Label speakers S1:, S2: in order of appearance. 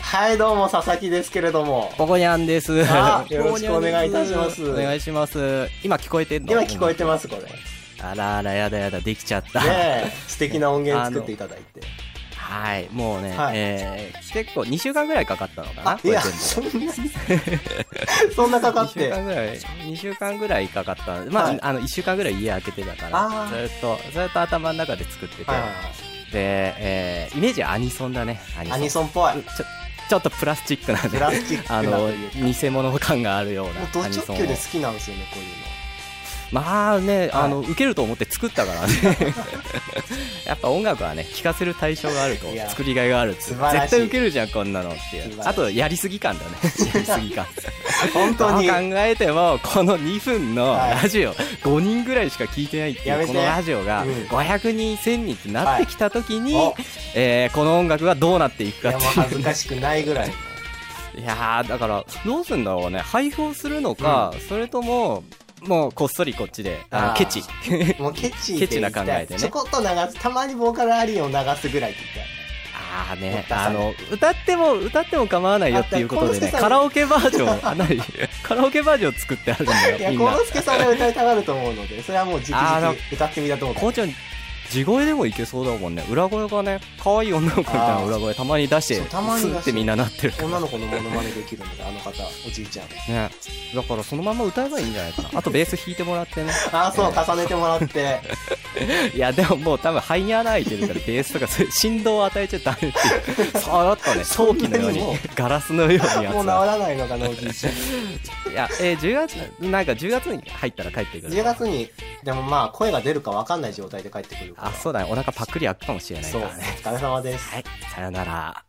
S1: はいどうも佐々木ですけれども
S2: ポコニャンです。よ
S1: あよろしくお願いいたします
S2: お願いします。今聞こえてんの
S1: 今聞こえてますこれね
S2: あらあら、やだやだ、できちゃった。
S1: え素敵な音源作っていただいて
S2: はい、もうね、
S1: はい
S2: えー結構2週間ぐらいかかったのかな
S1: あ
S2: こ
S1: い
S2: れ
S1: や
S2: 全部
S1: そんなそんな かかっ
S2: 2週間
S1: て
S2: ぐらい、2週間ぐらいかかった。まあ、
S1: はい
S2: あの、1週間ぐらい家開けてたか
S1: あ
S2: ら、ず
S1: ー
S2: っと、ずっと頭の中で作ってて、
S1: はいはい
S2: で、えーイメージはアニソンだね、アニ
S1: はい
S2: ソン。
S1: アニソンっぽい
S2: ちょちょっとプラスチックな
S1: プ
S2: ね、
S1: ラスチックな
S2: あ
S1: と
S2: の
S1: いう、か
S2: 偽物感があるよう
S1: もう
S2: な
S1: ド
S2: アニ
S1: 直
S2: ソンを
S1: 球で好きなんですよねこういうの
S2: まあね、あの、受けると思って作ったからね。 やっぱ音楽はね、聴かせる対象があると
S1: いや、
S2: 作りがいがあるって。
S1: 素
S2: 絶
S1: 晴らしい
S2: 対受けるじゃん、こんなのってい
S1: 素晴
S2: う。
S1: らしい
S2: あと、やりすぎ感だね。やりすぎ感。
S1: 本当に
S2: どう考えても、この2分の
S1: はい
S2: ラジオ、5人ぐらいしか聞いてないって
S1: や
S2: い
S1: め
S2: う、
S1: て
S2: このラジオが、
S1: うん
S2: 500人、1000人ってなってきた時に、
S1: お
S2: えーこの音楽がどうなっていく
S1: い
S2: か
S1: やもう
S2: って
S1: 恥
S2: いう
S1: ず
S2: ね。
S1: かしくないぐらいの
S2: いやー、だから、どうすんだろうね。配布をするのか、それとも、もう、こっそりこっちで、あ
S1: あ
S2: の
S1: ー
S2: ケチ。
S1: もうケチで
S2: ケチな考えでね
S1: ちょこっと流すたまにボーカルアリーンを流すぐらいって言っ
S2: ああ
S1: もっ
S2: ね、
S1: た
S2: あ
S1: さない
S2: の、歌っても、歌っても構わないよっていうことで
S1: あ
S2: ね、
S1: だから
S2: カラオケバージョ ン、あ、なに、カラオケバージョン作ってあるんだ
S1: たら
S2: よ、
S1: い
S2: み
S1: や
S2: ん
S1: 幸
S2: な。
S1: 之助さんが歌いたがると思うのでそれはもうじき
S2: あの
S1: 歌ってみたと思うから
S2: こうちゃん、地声でもいけそうだもんね。裏声がね、可愛い女の子みたいな裏声たまに出して、
S1: そう
S2: ス
S1: たまに出して
S2: ーってみんななってる。
S1: 女の子のモノマネできるのであの方おじいちゃん
S2: ね。だからそのまま歌えばいいんじゃないかな。あとベース弾いてもらって ね。
S1: ああそう、重ねてもら って
S2: いや、でももう多分肺に穴開いてるから、ベースとかそういう振動を与えちゃダ メっていう。さらっとね、陶器のように
S1: そんなにもう、
S2: ガラスのようにやつ
S1: もう治らないのかなおじいちゃん
S2: いや、えー、10月、なんか10月に入ったら帰ってくる。
S1: 10月にでもまあ声が出るか分かんない状態で帰ってくるから
S2: あ、そうだね。お腹パックリ開くかもしれない
S1: そ
S2: か
S1: うお
S2: らね。
S1: 疲れ様です
S2: はい。さよなら。